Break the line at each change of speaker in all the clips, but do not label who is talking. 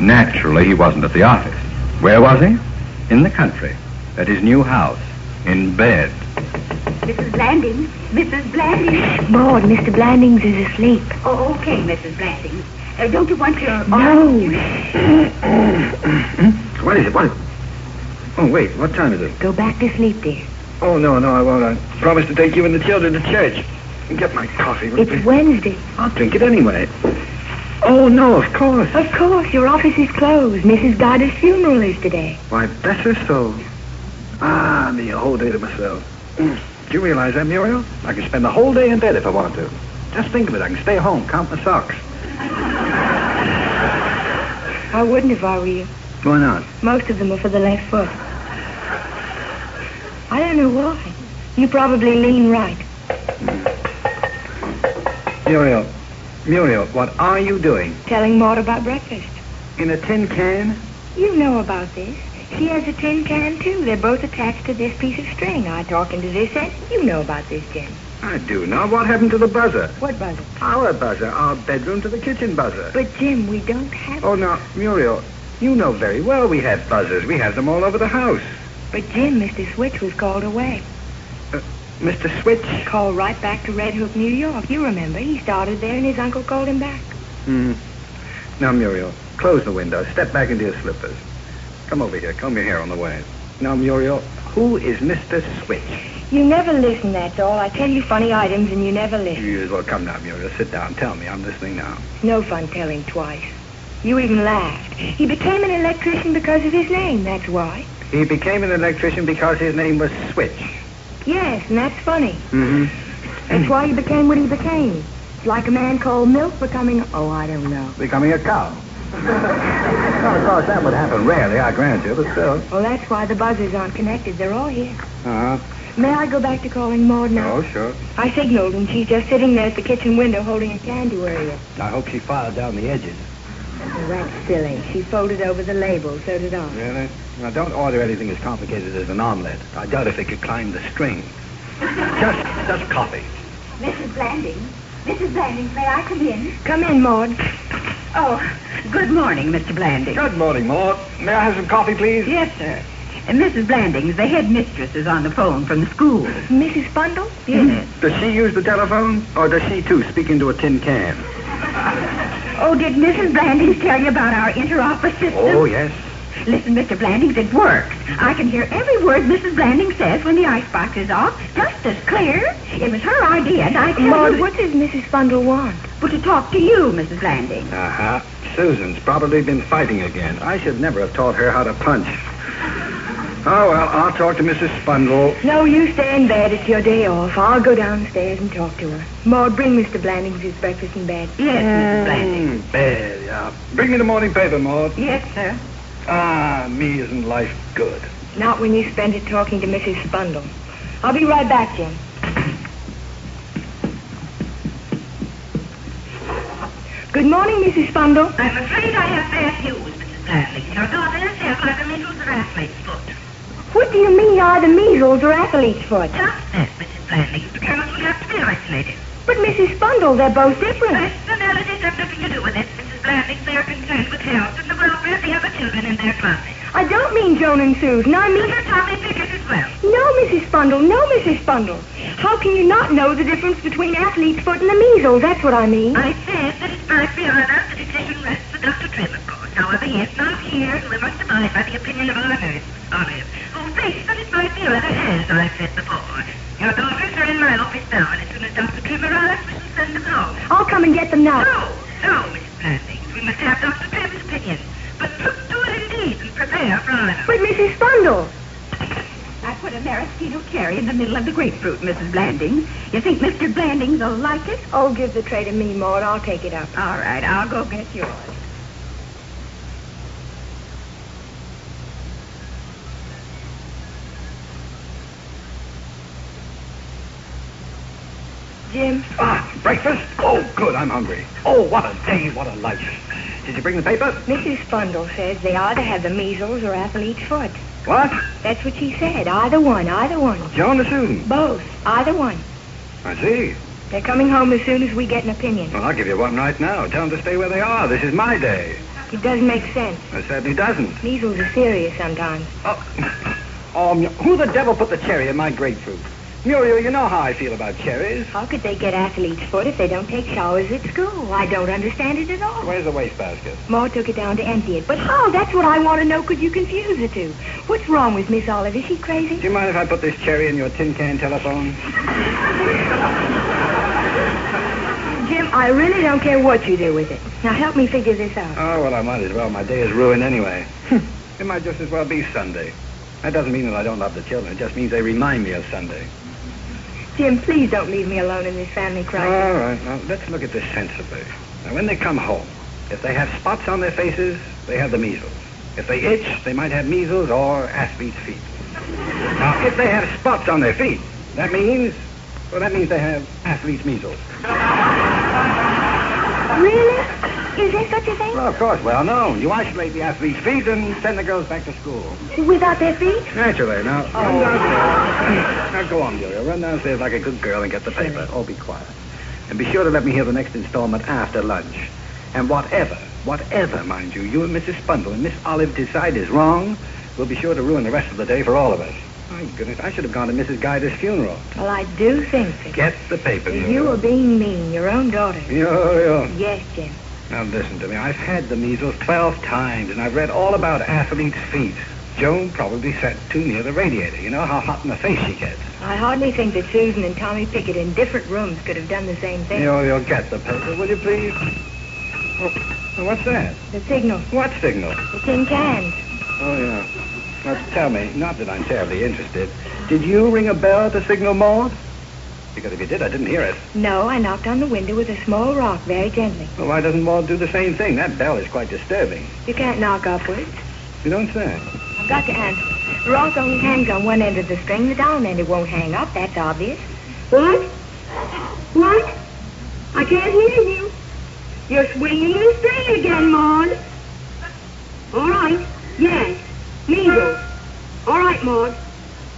Naturally, he wasn't at the office. Where was he? In the country. At his new house. In bed.
Mrs. Blandings, Mrs. Blandings.
Maud, Mr. Blandings is asleep.
Oh, okay, Mrs. Blandings. Uh, don't you want your...
What is it? What is it? Oh, wait. What time is it?
Go back to sleep, dear.
Oh, no, no, I won't. I promised to take you and the children to church. Get my coffee. will you
It's
please?
Wednesday.
I'll drink it anyway. Oh, no, of course.
Of course, your office is closed. Mrs. Goddard's funeral is today.
Why, bless her soul. Ah, me, a whole day to myself. Mm. Do you realize that, Muriel? I can spend the whole day in bed if I want to. Just think of it. I can stay home, count my socks.
I wouldn't if I were you.
Why not?
Most of them are for the left foot. I don't know why. You probably lean right.
Muriel, Muriel, what are you doing?
Telling Maud about breakfast.
In a tin can?
You know about this. She has a tin can, too. They're both attached to this piece of string. I talk into this end. You know about this, Jim.
I do not. What happened to the buzzer?
What buzzer?
Our buzzer, our bedroom to the kitchen buzzer.
But, Jim, we don't have...
Oh, now, Muriel, you know very well we have buzzers. We have them all over the house.
But, Jim, Mr. Switch was called away.
Mr. Uh, Switch?
Called right back to Red Hook, New York. You remember. He started there, and his uncle called him back.
Hmm. Now, Muriel, close the window. Step back into your slippers. Come over here. Comb your hair on the way. Now, Muriel, who is Mr. Switch?
You never listen, that's all. I tell you funny items, and you never listen.
You well come now, Muriel. Sit down. Tell me. I'm listening now.
No fun telling twice. You even laughed. He became an electrician because of his name, that's why.
He became an electrician because his name was Switch.
Yes, and that's funny.
Mm-hmm.
That's why he became what he became. It's like a man called Milk becoming, oh, I don't know.
Becoming a cow. well, of course, that would happen rarely, I grant you, but still.
Well, that's why the buzzers aren't connected. They're all here.
Uh-huh.
May I go back to calling Maud now?
Oh, sure.
I signaled, and she's just sitting there at the kitchen window holding a can to her ear.
I hope she filed down the edges.
Oh, that's silly. She folded over the label, so did I.
Really? Now, don't order anything as complicated as an omelet. I doubt if they could climb the string. Just, just coffee.
Mrs. Blandings, Mrs. Blandings, may I come in?
Come in, Maud.
Oh, good morning, Mr. Blandings.
Good morning, Maud. May I have some coffee, please?
Yes, sir. And Mrs. Blandings, the headmistress, is on the phone from the school.
Mrs. Bundle?
Yes.
Does she use the telephone, or does she, too, speak into a tin can?
Oh, did Mrs. Blandings tell you about our interoffice system?
Oh, yes.
Listen, Mr. Blandings, it works. I can hear every word Mrs. Blandings says when the icebox is off, just as clear. It was her idea, and I tell
Maud,
you...
what does Mrs. Bundle want?
But to talk to you, Mrs. Blandings.
Uh-huh. Susan's probably been fighting again. I should never have taught her how to punch. Oh, well, I'll talk to Mrs. Spundle.
No, you stay in bed. It's your day off. I'll go downstairs and talk to her. Maud, bring Mr. Blandings his breakfast in bed.
Yes, Mrs. Blandings.
Mm, bad, yeah. Bring me the morning paper, Maud.
Yes, sir.
Ah, me isn't life good.
Not when you spend it talking to Mrs. Spundle. I'll be right back, Jim. Good morning, Mrs. Spundle.
I'm afraid I have bad news, Mrs. Blandings. Your daughter is sick like a measles or athlete's foot.
What do you mean either measles or athlete's foot?
Just that, Mrs. Blandings. The girls will have to be isolated.
But Mrs. Spundle, they're both different.
Personalities have nothing to do with it, Mrs. Blandings. They are concerned with health and the welfare of the other children in their classes.
I don't mean Joan and Susan. I mean...
Mr. Tommy Pickett as well.
No, Mrs. Spundle. No, Mrs. Spundle. How can you not know the difference between athlete's foot and the measles? That's what I mean.
I said that it's back beyond us. The decision rests with Dr. Trim, of course. However, he is not here, and we must abide by the opinion of our nurse, Olive, who thinks that it might be rather as I said before. Your daughters are in my office now, and as soon as Dr. Trim arrives, we shall send them home. Oh,
I'll come and get them now.
No, no, Mrs. Blandings. We must have Dr. Trim's opinion. But look to it indeed and prepare for Olive.
But Mrs. Spundle.
I put a maraschino cherry in the middle of the grapefruit, Mrs. Blandings. You think Mr. Blandings will like it?
Oh, give the tray to me, Maud. I'll take it up.
All right, I'll go get yours.
Jim,
Ah, breakfast? Oh, good, I'm hungry. Oh, what a day, what a life. Did you bring the paper?
Mrs. Spundle says they either have the measles or athlete's foot.
What?
That's what she said. Either one, either one.
Joan or Susan?
Both, either one.
I see.
They're coming home as soon as we get an opinion.
Well, I'll give you one right now. Tell them to stay where they are. This is my day.
It doesn't make sense.
It certainly doesn't.
Measles are serious sometimes.
Oh, oh, Mu- who the devil put the cherry in my grapefruit? Muriel, you know how I feel about cherries.
How could they get athletes' foot if they don't take showers at school? I don't understand it at all.
Where's the wastebasket?
Ma took it down to empty it. But how? That's what I want to know. Could you confuse the two? What's wrong with Miss Olive? Is she
Do
crazy?
you mind if I put this cherry in your tin can telephone?
Jim, I really don't care what you do with it. Now help me figure this out.
Oh, well, I might as well. My day is ruined anyway. it might just as well be Sunday. That doesn't mean that I don't love the children. It just means they remind me of Sunday.
Jim, please don't leave me alone in this family crisis.
All right. Now, let's look at this sensibly. Now, when they come home, if they have spots on their faces, they have the measles. If they itch, they might have measles or athlete's feet. Now, if they have spots on their feet, that means, well, that means they have athlete's measles.
really? Is there such a thing?
Well, of course, well known. You isolate the athlete's feet and send the girls back to school.
Without their feet?
Naturally. Now, run downstairs. now, go on, Muriel. Run downstairs like a good girl and get the paper. Oh, be quiet. And be sure to let me hear the next installment after lunch. And whatever, whatever, mind you, you and Mrs. Spundle and Miss Olive decide is wrong, we'll be sure to ruin the rest of the day for all of us. My goodness, I should have gone to Mrs. Guider's funeral.
Well, I do think that.
Get the paper,
You
Muriel.
were being mean, your own daughter.
Muriel.
Yes, Jim.
Now, listen to me. I've had the measles 12 times, and I've read all about athlete's feet. Joan probably sat too near the radiator. You know how hot in the face she gets.
I hardly think that Susan and Tommy Pickett in different rooms could have done the same thing.
You'll, you'll get the paper, will you please? Oh, what's that?
The signal,
What signal?
the tin cans.
Oh, yeah. Now, tell me, not that I'm terribly interested, did you ring a bell at the signal, Maud? Because if you did, I didn't hear it.
No, I knocked on the window with a small rock very gently.
Well, why doesn't Maud do the same thing? That bell is quite disturbing.
You can't knock upwards.
You don't say.
I've got to answer. The rock only hangs on one end of the string. The down end it won't hang up. That's obvious. What? What? I can't hear you. You're swinging the string again, Maud. All right. Yes. Mingo. All right, Maud.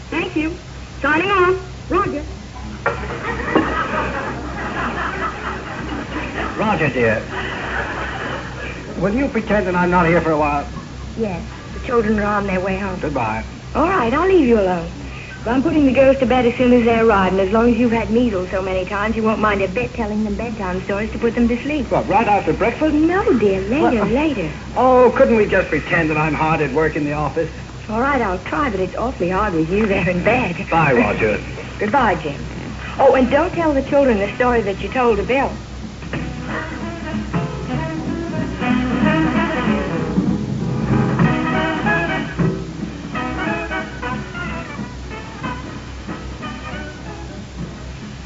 Thank you. Signing off. Roger.
Roger, dear. Will you pretend that I'm not here for a while?
Yes. The children are on their way home.
Goodbye.
All right, I'll leave you alone. But I'm putting the girls to bed as soon as they arrive, and as long as you've had measles so many times, you won't mind a bit telling them bedtime stories to put them to sleep.
What, right after breakfast?
No, dear, later,
Well, uh,
later.
Oh, couldn't we just pretend that I'm hard at work in the office?
All right, I'll try, but it's awfully hard with you there in bed.
Bye, Roger.
Goodbye, Jim. Oh, and don't tell the children the story that you told to Bill.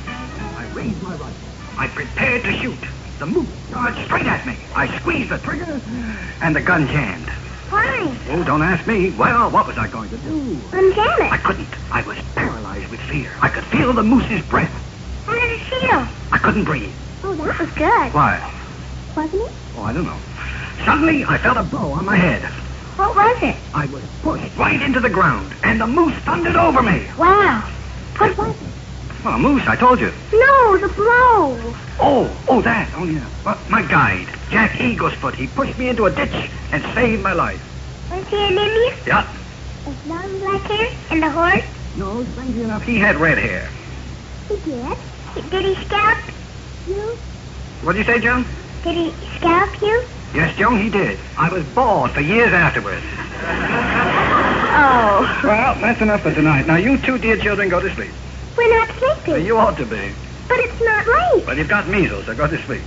I raised my rifle. I prepared to shoot. The moot charged straight at me. I squeezed the trigger, and the gun jammed.
Why?
Oh, don't ask me. Well, what was I going to do?
Unjam
I
it.
couldn't. I was paralyzed with fear. I could feel the moose's breath.
How did it feel?
I couldn't breathe.
Oh, that was good.
Why?
Wasn't it?
Oh, I don't know. Suddenly, I felt a blow on my head.
What was it?
I was pushed right into the ground, and the moose thundered over me.
Wow. What was it?
Well, a moose, I told you.
No, the blow.
Oh, oh, that. Oh, yeah. Well, my guide, Jack Eaglesfoot, he pushed me into a ditch and saved my life.
Was he an Indian?
Yeah.
As long as black hair? And the horse?
No, strangely enough, he had red hair.
He did. Did he scalp you?
What'd you say, Joan?
Did he scalp you?
Yes, Joan, he did. I was bored for years afterwards.
Oh.
Well, that's enough for tonight. Now, you two dear children, go to sleep.
We're not
Uh,
sleeping.
You ought to be.
But it's not late.
Well, you've got measles, so go to sleep.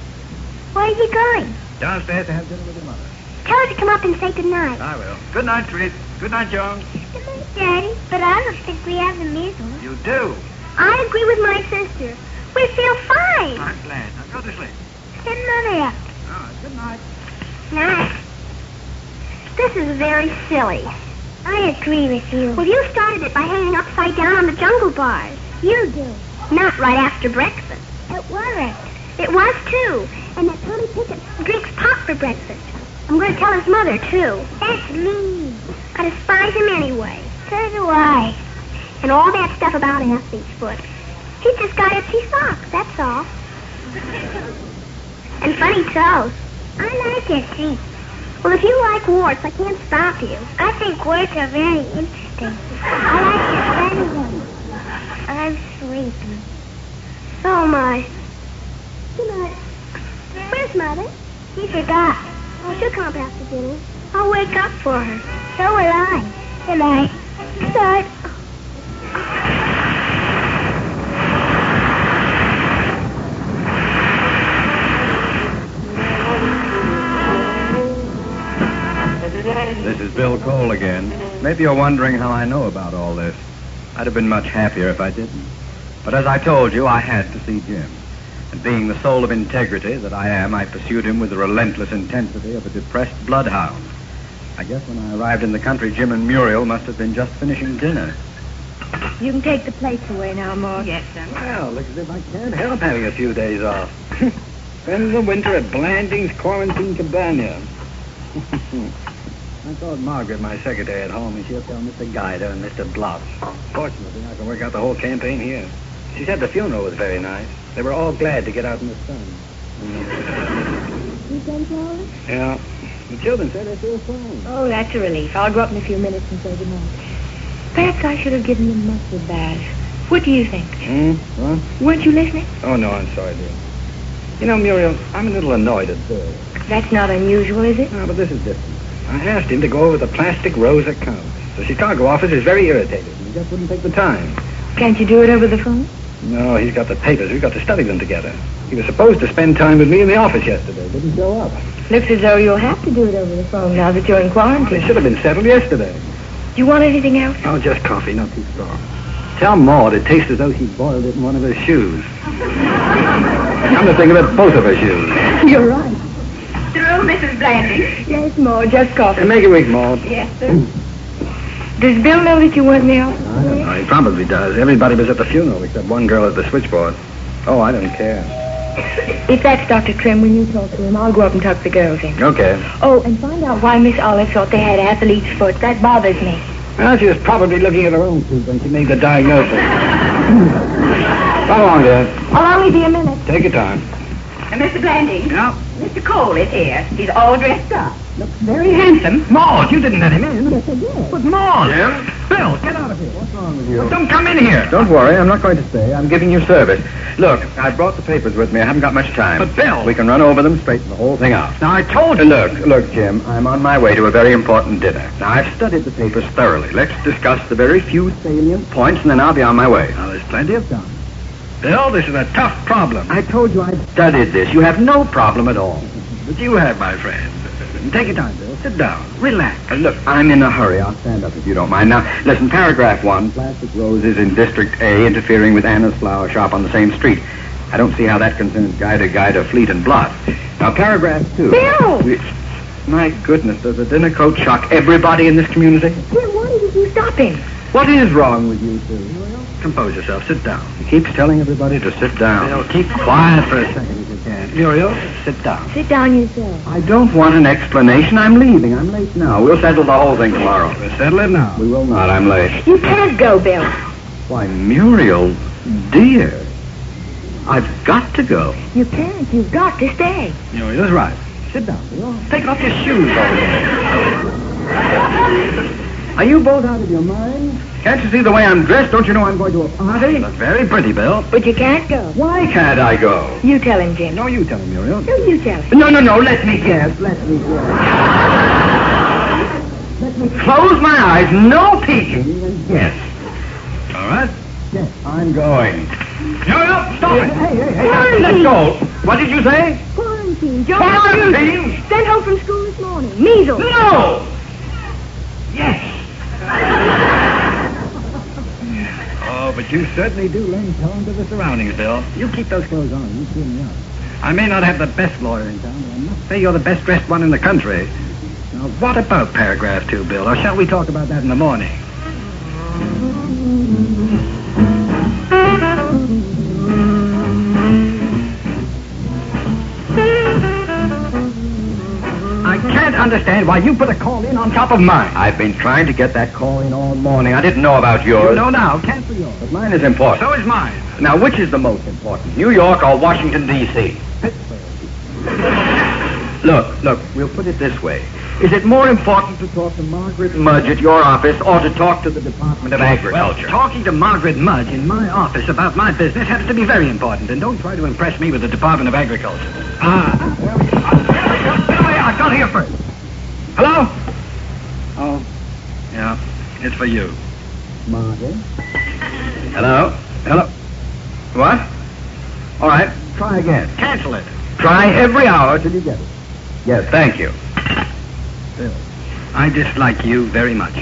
Where are you going?
Downstairs to have dinner with your mother.
Tell her to come up and say goodnight.
I will. Good night, Fritz. Good night, Joan.
Good night, Daddy. But I don't think we have the measles.
You do.
I agree with my sister. We feel fine.
I'm glad. Now, go to sleep.
Send Mother up.
All right, good night.
Nice. This is very silly. I agree with you. Well, you started it by hanging upside down on the jungle bars. You did. Not right after breakfast. It wasn't. It was, too. And that Tommy Pickett drinks pop for breakfast. I'm going to tell his mother, too. That's mean. I despise him anyway. So do I. And all that stuff about athlete's foot. He just got itchy socks, that's all. and funny toes. I like itchy. Well, if you like warts, I can't stop you. I think warts are very interesting. I like to study them. I'm sleepy. So am I. Good night. Where's Mother? She forgot. Well, she'll come up after dinner. I'll wake up for her. So will I. Good night. Good night.
This is Bill Cole again. Maybe you're wondering how I know about all this. I'd have been much happier if I didn't. But as I told you, I had to see Jim. And being the soul of integrity that I am, I pursued him with the relentless intensity of a depressed bloodhound. I guess when I arrived in the country, Jim and Muriel must have been just finishing dinner.
You can take the plates away now, Mort.
Yes, sir.
Well, look as if I can't help having a few days off. Spend the winter at Blanding's Quarantine Cabana. I told Margaret, my secretary at home, and she'll tell Mr. Guider and Mr. Blob. Fortunately, I can work out the whole campaign here. She said the funeral was very nice. They were all glad to get out in the sun.
You done, Charlie?
Yeah. The children said they feel fine.
Oh, that's a relief. I'll go up in a few minutes and say good night. Perhaps I should have given him mustard bath. What do you think?
Hmm? What?
Weren't you listening?
Oh, no, I'm sorry, dear. You know, Muriel, I'm a little annoyed at Bill.
That's not unusual, is it?
No, Ah, but this is different. I asked him to go over the plastic rose account. The Chicago office is very irritated. and He just wouldn't take the time.
Can't you do it over the phone?
No, he's got the papers. We've got to study them together. He was supposed to spend time with me in the office yesterday. Didn't show up.
Looks as though you'll have to do it over the phone now that you're in
It
quarantine.
should have been settled yesterday.
Do you want anything else?
Oh, just coffee, not too strong. Tell Maud it tastes as though she boiled it in one of her shoes. I'm to think of it, both of her shoes.
You're right.
Through, Mrs. Blanding.
Yes, Maude, just coffee.
And make it weak, Maud.
Yes, sir. Does Bill know that you weren't in the office?
I don't know. He probably does. Everybody was at the funeral except one girl at the switchboard. Oh, I don't care.
If that's Dr. Trim, will you talk to him? I'll go up and tuck the girls in.
Okay.
Oh, and find out why Miss Olive thought they had athlete's foot. That bothers me.
Well, she was probably looking at her own poop when she made the diagnosis. Come along, dear.
I'll only be a minute.
Take your time.
And Mr. Uh, Blanding.
Yeah.
Mr. Cole is here. He's all dressed up. Looks very handsome.
Maud, you didn't let him in. Yes, I did. But Maud. Bill, get out of here.
What's wrong with you?
Don't come in here. Don't worry. I'm not going to stay. I'm giving you service. Look, I brought the papers with me. I haven't got much time. But Bill, we can run over them, straighten the whole thing out. Now I told you. Look, look, Jim. I'm on my way to a very important dinner. Now I've studied the papers thoroughly. Let's discuss the very few salient points, and then I'll be on my way.
Now, there's plenty of time. Bill, this is a tough problem.
I told you I studied this. You have no problem at all.
But you have, my friend. Take your time, Bill. Sit down. Relax.
Uh, Look, I'm in a hurry. I'll stand up if you don't mind. Now, listen, paragraph one. Plastic roses in District A interfering with Anna's flower shop on the same street. I don't see how that concerns Guy to Guy to Fleet and Blot. Now, paragraph two.
Bill!
We- My goodness, does a dinner coat shock everybody in this community?
Bill, why did you stop him?
What is wrong with you two? Compose yourself. Sit down. He keeps telling everybody to sit down.
Bill,
keep quiet for a second if you can. Muriel, sit down.
Sit down yourself.
I don't want an explanation. I'm leaving. I'm late now. We'll settle the whole thing tomorrow.
We'll settle it now.
We will not. I'm late.
You can't go, Bill.
Why, Muriel, dear, I've got to go.
You can't. You've got to stay.
Muriel's right. Sit down, Bill.
Take off your shoes already.
Are you both out of your mind?
Can't you see the way I'm dressed? Don't you know I'm going to a party?
Look very pretty, Bill.
But you can't go.
Why can't I go?
You tell him, Jim.
No, you tell him, Muriel.
No, you tell him.
No, no, no. Let me guess. Let me guess. Let me close my eyes. No peeking. and Yes.
All right.
Yes, I'm going. Muriel, stop it. Hey, hey,
Quarantine.
Let go. What did you say?
Quarantine. Joe
Quarantine?
Sent home from school this morning. Measles.
No. Yes.
Oh, but you certainly do lend tone to the surroundings, Bill. You keep those clothes on. You cheer me up. I may not have the best lawyer in town, but I must say you're the best dressed one in the country. Now, what about paragraph two, Bill? Or shall we talk about that in the morning? I can't understand why you put a call in on top of mine.
I've been trying to get that call in all morning. I didn't know about yours.
You know now. Cancel yours.
But mine is important.
So is mine.
Now, which is the most important, New York or Washington, D.C.? Look, look, we'll put it this way. Is it more important to talk to Margaret Mudge at your office or to talk to the Department of Agriculture?
Well, talking to Margaret Mudge in my office about my business happens to be very important, and don't try to impress me with the Department of Agriculture. Ah, there we are. There we are. There we are. I got here first. Hello?
Oh,
Yeah, it's for you.
Margaret?
Hello? Hello? What?
All right. Try again.
Cancel it.
Try every hour till you get it. Yes, thank you.
I dislike you very much.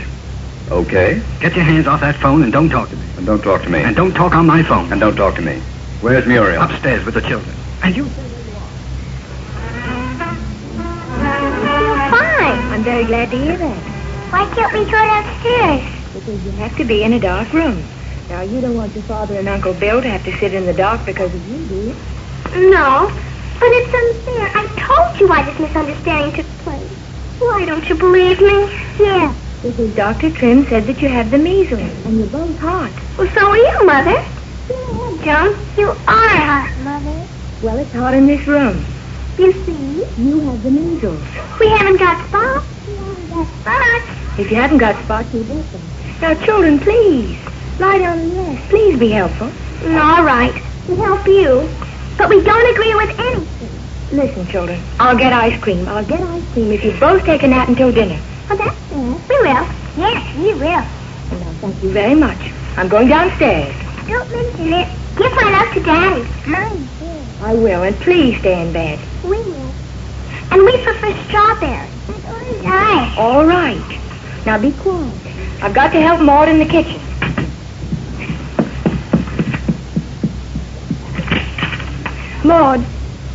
Okay.
Get your hands off that phone and don't talk to me.
And don't talk to me.
And don't talk on my phone.
And don't talk to me. Where's Muriel?
Upstairs with the children. And you.
Fine.
I'm very glad to hear that.
Why can't we go downstairs?
Because you have to be in a dark room. Now, you don't want your father and Uncle Bill to have to sit in the dark because of you, do you?
No, but it's unfair. I told you why this misunderstanding took place. Why don't you believe me? Yeah.
Because Dr. Trim said that you had the measles, and you're both hot.
Well, so are you, Mother. Yeah, Joan, you are hot, Mother.
Well, it's hot in this room.
You see,
You have the measles.
we haven't got spots. We haven't got spots.
If you haven't got spots, you get them. Now, children, please.
Oh,
Lie down and rest. Please be helpful.
Mm, All right, we help you, but we don't agree with anything.
Listen, children. I'll get ice cream. I'll get ice cream if you both take a nap until dinner.
Well, that's fair. We will. Yes, we will.
And I'll thank you very much. I'm going downstairs.
Don't mention it. Give my love to Daddy. Mine too.
I will, and please stay in bed.
We will. And we prefer strawberry. And orange ice.
All right. Now be quiet. I've got to help Maud in the kitchen. Maud,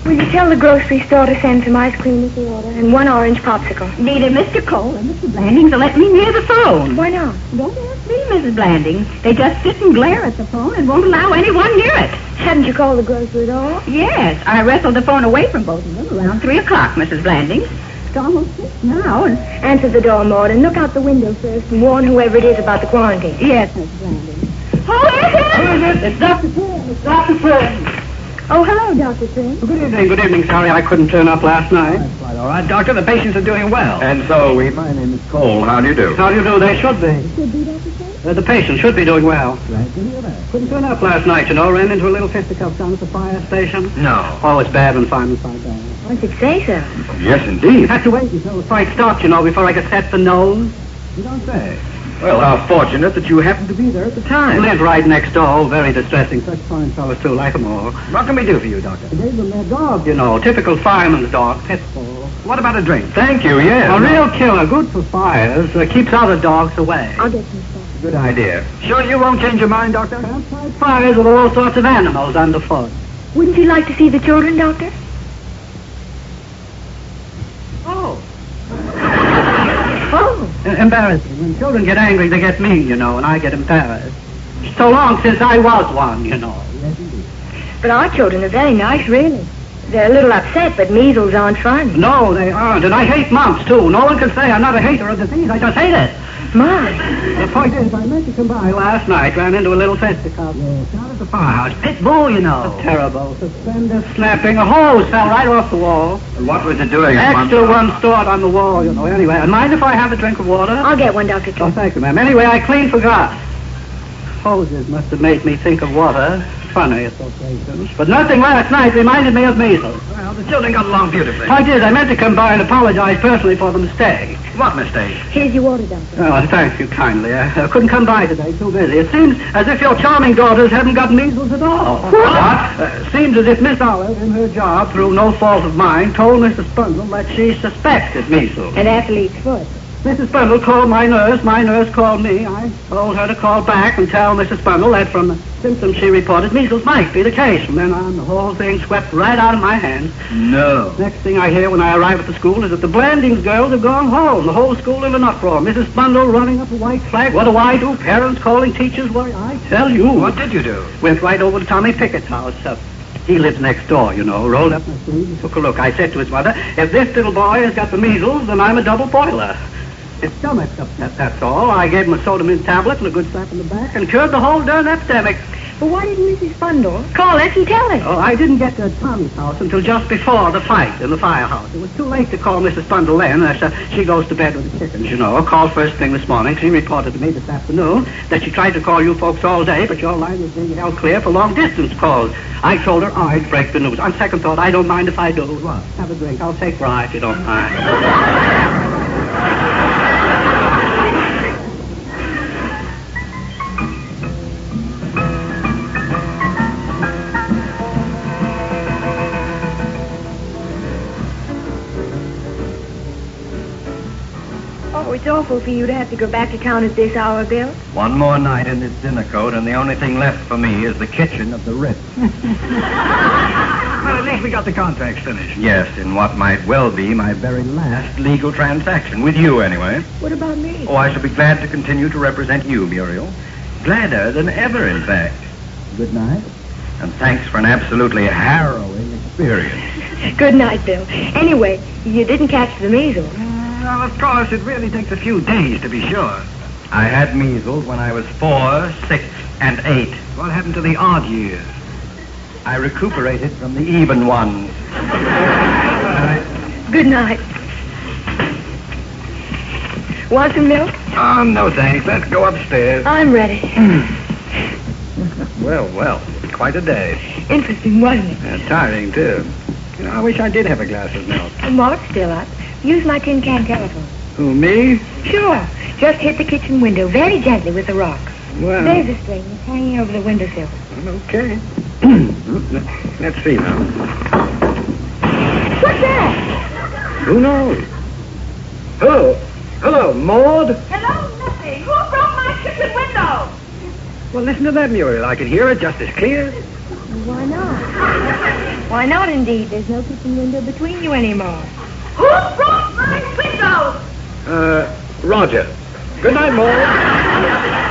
will you tell the grocery store to send some ice cream with the order and one orange popsicle?
Neither Mr. Cole and Mr. Blandings will let me near the phone.
Why not?
Don't ask me, Mrs. Blandings. They just sit and glare at the phone and won't allow anyone near it.
Haven't you called the grocery at all?
Yes, I wrestled the phone away from both of them around three o'clock, Mrs. Blandings. It's almost six now, and
Answer the door, Maud, and look out the window first and warn whoever it is about the quarantine.
yes, Mrs. Blandings. Who is it? Who is it? It's Doctor Penn. It's Doctor Penn.
Oh, hello, Dr. Finn.
Good evening. Good evening. Sorry I couldn't turn up last night. That's quite all right, Doctor. The patients are doing well.
And so we. My name is Cole. How do you do?
How do you do? They should be.
Should be Dr. Finn?
Uh, the patients should be doing well. Glad to hear that. Couldn't turn up last night, you know. Ran into a little fisticuffs down at the fire station.
No.
Oh, it's bad when firemen fight that.
I should say so.
Yes, indeed.
Had to wait until the fight stopped, you know, before I could set the nose.
You don't say. Well, how fortunate that you happened to be there at the time.
Live right next door. Oh, very distressing. Such fine fellows, too. Like them all.
What can we do for you, Doctor?
I gave them their dog, you know. Typical fireman's dog, pit bull. What about a drink?
Thank you, yes.
A real killer, good for fires, uh, keeps other dogs away.
I'll get some stuff.
good idea.
Sure you won't change your mind, Doctor? Outside fires with all sorts of animals underfoot.
Wouldn't you like to see the children, Doctor?
Oh.
Oh.
embarrassing. When children get angry, they get mean, you know, and I get embarrassed. So long since I was one, you know.
But our children are very nice, really. They're a little upset, but measles aren't fun.
No, they aren't. And I hate mumps, too. No one can say I'm not a hater of disease. I just hate it.
My.
The point is, I meant to come by last night, ran into a little fisticuff. Yes, down at the firehouse. Pit bull, you know. terrible. Suspender snapping. A hose fell right off the wall.
And what was it doing? at
Extra
one-
one stored on the wall, you know. Anyway, and mind if I have a drink of water?
I'll get one, Dr.
Oh,
Trim.
thank you, ma'am. Anyway, I clean forgot. Hoses must have made me think of water. Funny associations. But nothing last night reminded me of measles.
Well, the children got along beautifully.
I did. I meant to come by and apologize personally for the mistake.
What mistake?
Here's your water, Doctor.
Oh, thank you kindly. I, I couldn't come by today. Too busy. It seems as if your charming daughters haven't got measles at all. What? Uh, seems as if Miss Olive, in her job, through no fault of mine, told Mrs. Spundle that she suspected measles.
An athlete's foot.
Mrs. Spundle called my nurse. My nurse called me. I told her to call back and tell Mrs. Spundle that from the symptoms she reported, measles might be the case. From then on, the whole thing swept right out of my hands.
No.
Next thing I hear when I arrive at the school is that the Blandings girls have gone home. The whole school in an uproar. Mrs. Spundle running up a white flag. What do I do? Parents calling teachers. Why, I tell you.
What did you do?
Went right over to Tommy Pickett's house. Uh, he lives next door, you know. Rolled up my sleeve and took a look. I said to his mother, if this little boy has got the measles, then I'm a double boiler. His stomach's upset, that's all. I gave him a soda mint tablet and a good slap in the back and cured the whole darn epidemic.
But why didn't Mrs. Bundle call us and tell us?
Oh, I didn't get to Tommy's house until just before the fight in the firehouse. It was too late to call Mrs. Bundle then. As, uh, she goes to bed with the chickens, you know. Called first thing this morning. She reported to me this afternoon that she tried to call you folks all day, but your line was being held clear for long distance calls. I told her I'd break the news. On second thought, I don't mind if I do. What? Have a drink. I'll take rye if you don't mind.
Oh, it's awful for you to have to go back to town at this hour, Bill.
One more night in this dinner coat, and the only thing left for me is the kitchen of the Ritz.
Well, at least we got the contracts finished.
Yes, in what might well be my very last legal transaction. With you, anyway.
What about me?
Oh, I shall be glad to continue to represent you, Muriel. Gladder than ever, in fact. Good night. And thanks for an absolutely harrowing experience.
Good night, Bill. Anyway, you didn't catch the measles.
Well, of course, it really takes a few days to be sure.
I had measles when I was four, six, and eight.
What happened to the odd years?
I recuperated from the even ones.
Good night. Want some milk?
Oh, no thanks. Let's go upstairs.
I'm ready.
Well, well, quite a day.
Interesting, wasn't it?
And tiring, too. You know, I wish I did have a glass of milk.
And while it's still up, use my tin can telephone.
Who, me?
Sure. Just hit the kitchen window very gently with a rock.
Well,
There's a string. It's hanging over the windowsill.
okay. Let's see now.
What's that?
Who knows? Hello. Hello, Maud.
Hello, Missy. Who broke my kitchen window?
Well, listen to that, Muriel. I can hear it just as clear.
Why not? Why not, indeed? There's no kitchen window between you anymore.
Who broke my window?
Uh, Roger. Good night, Maud.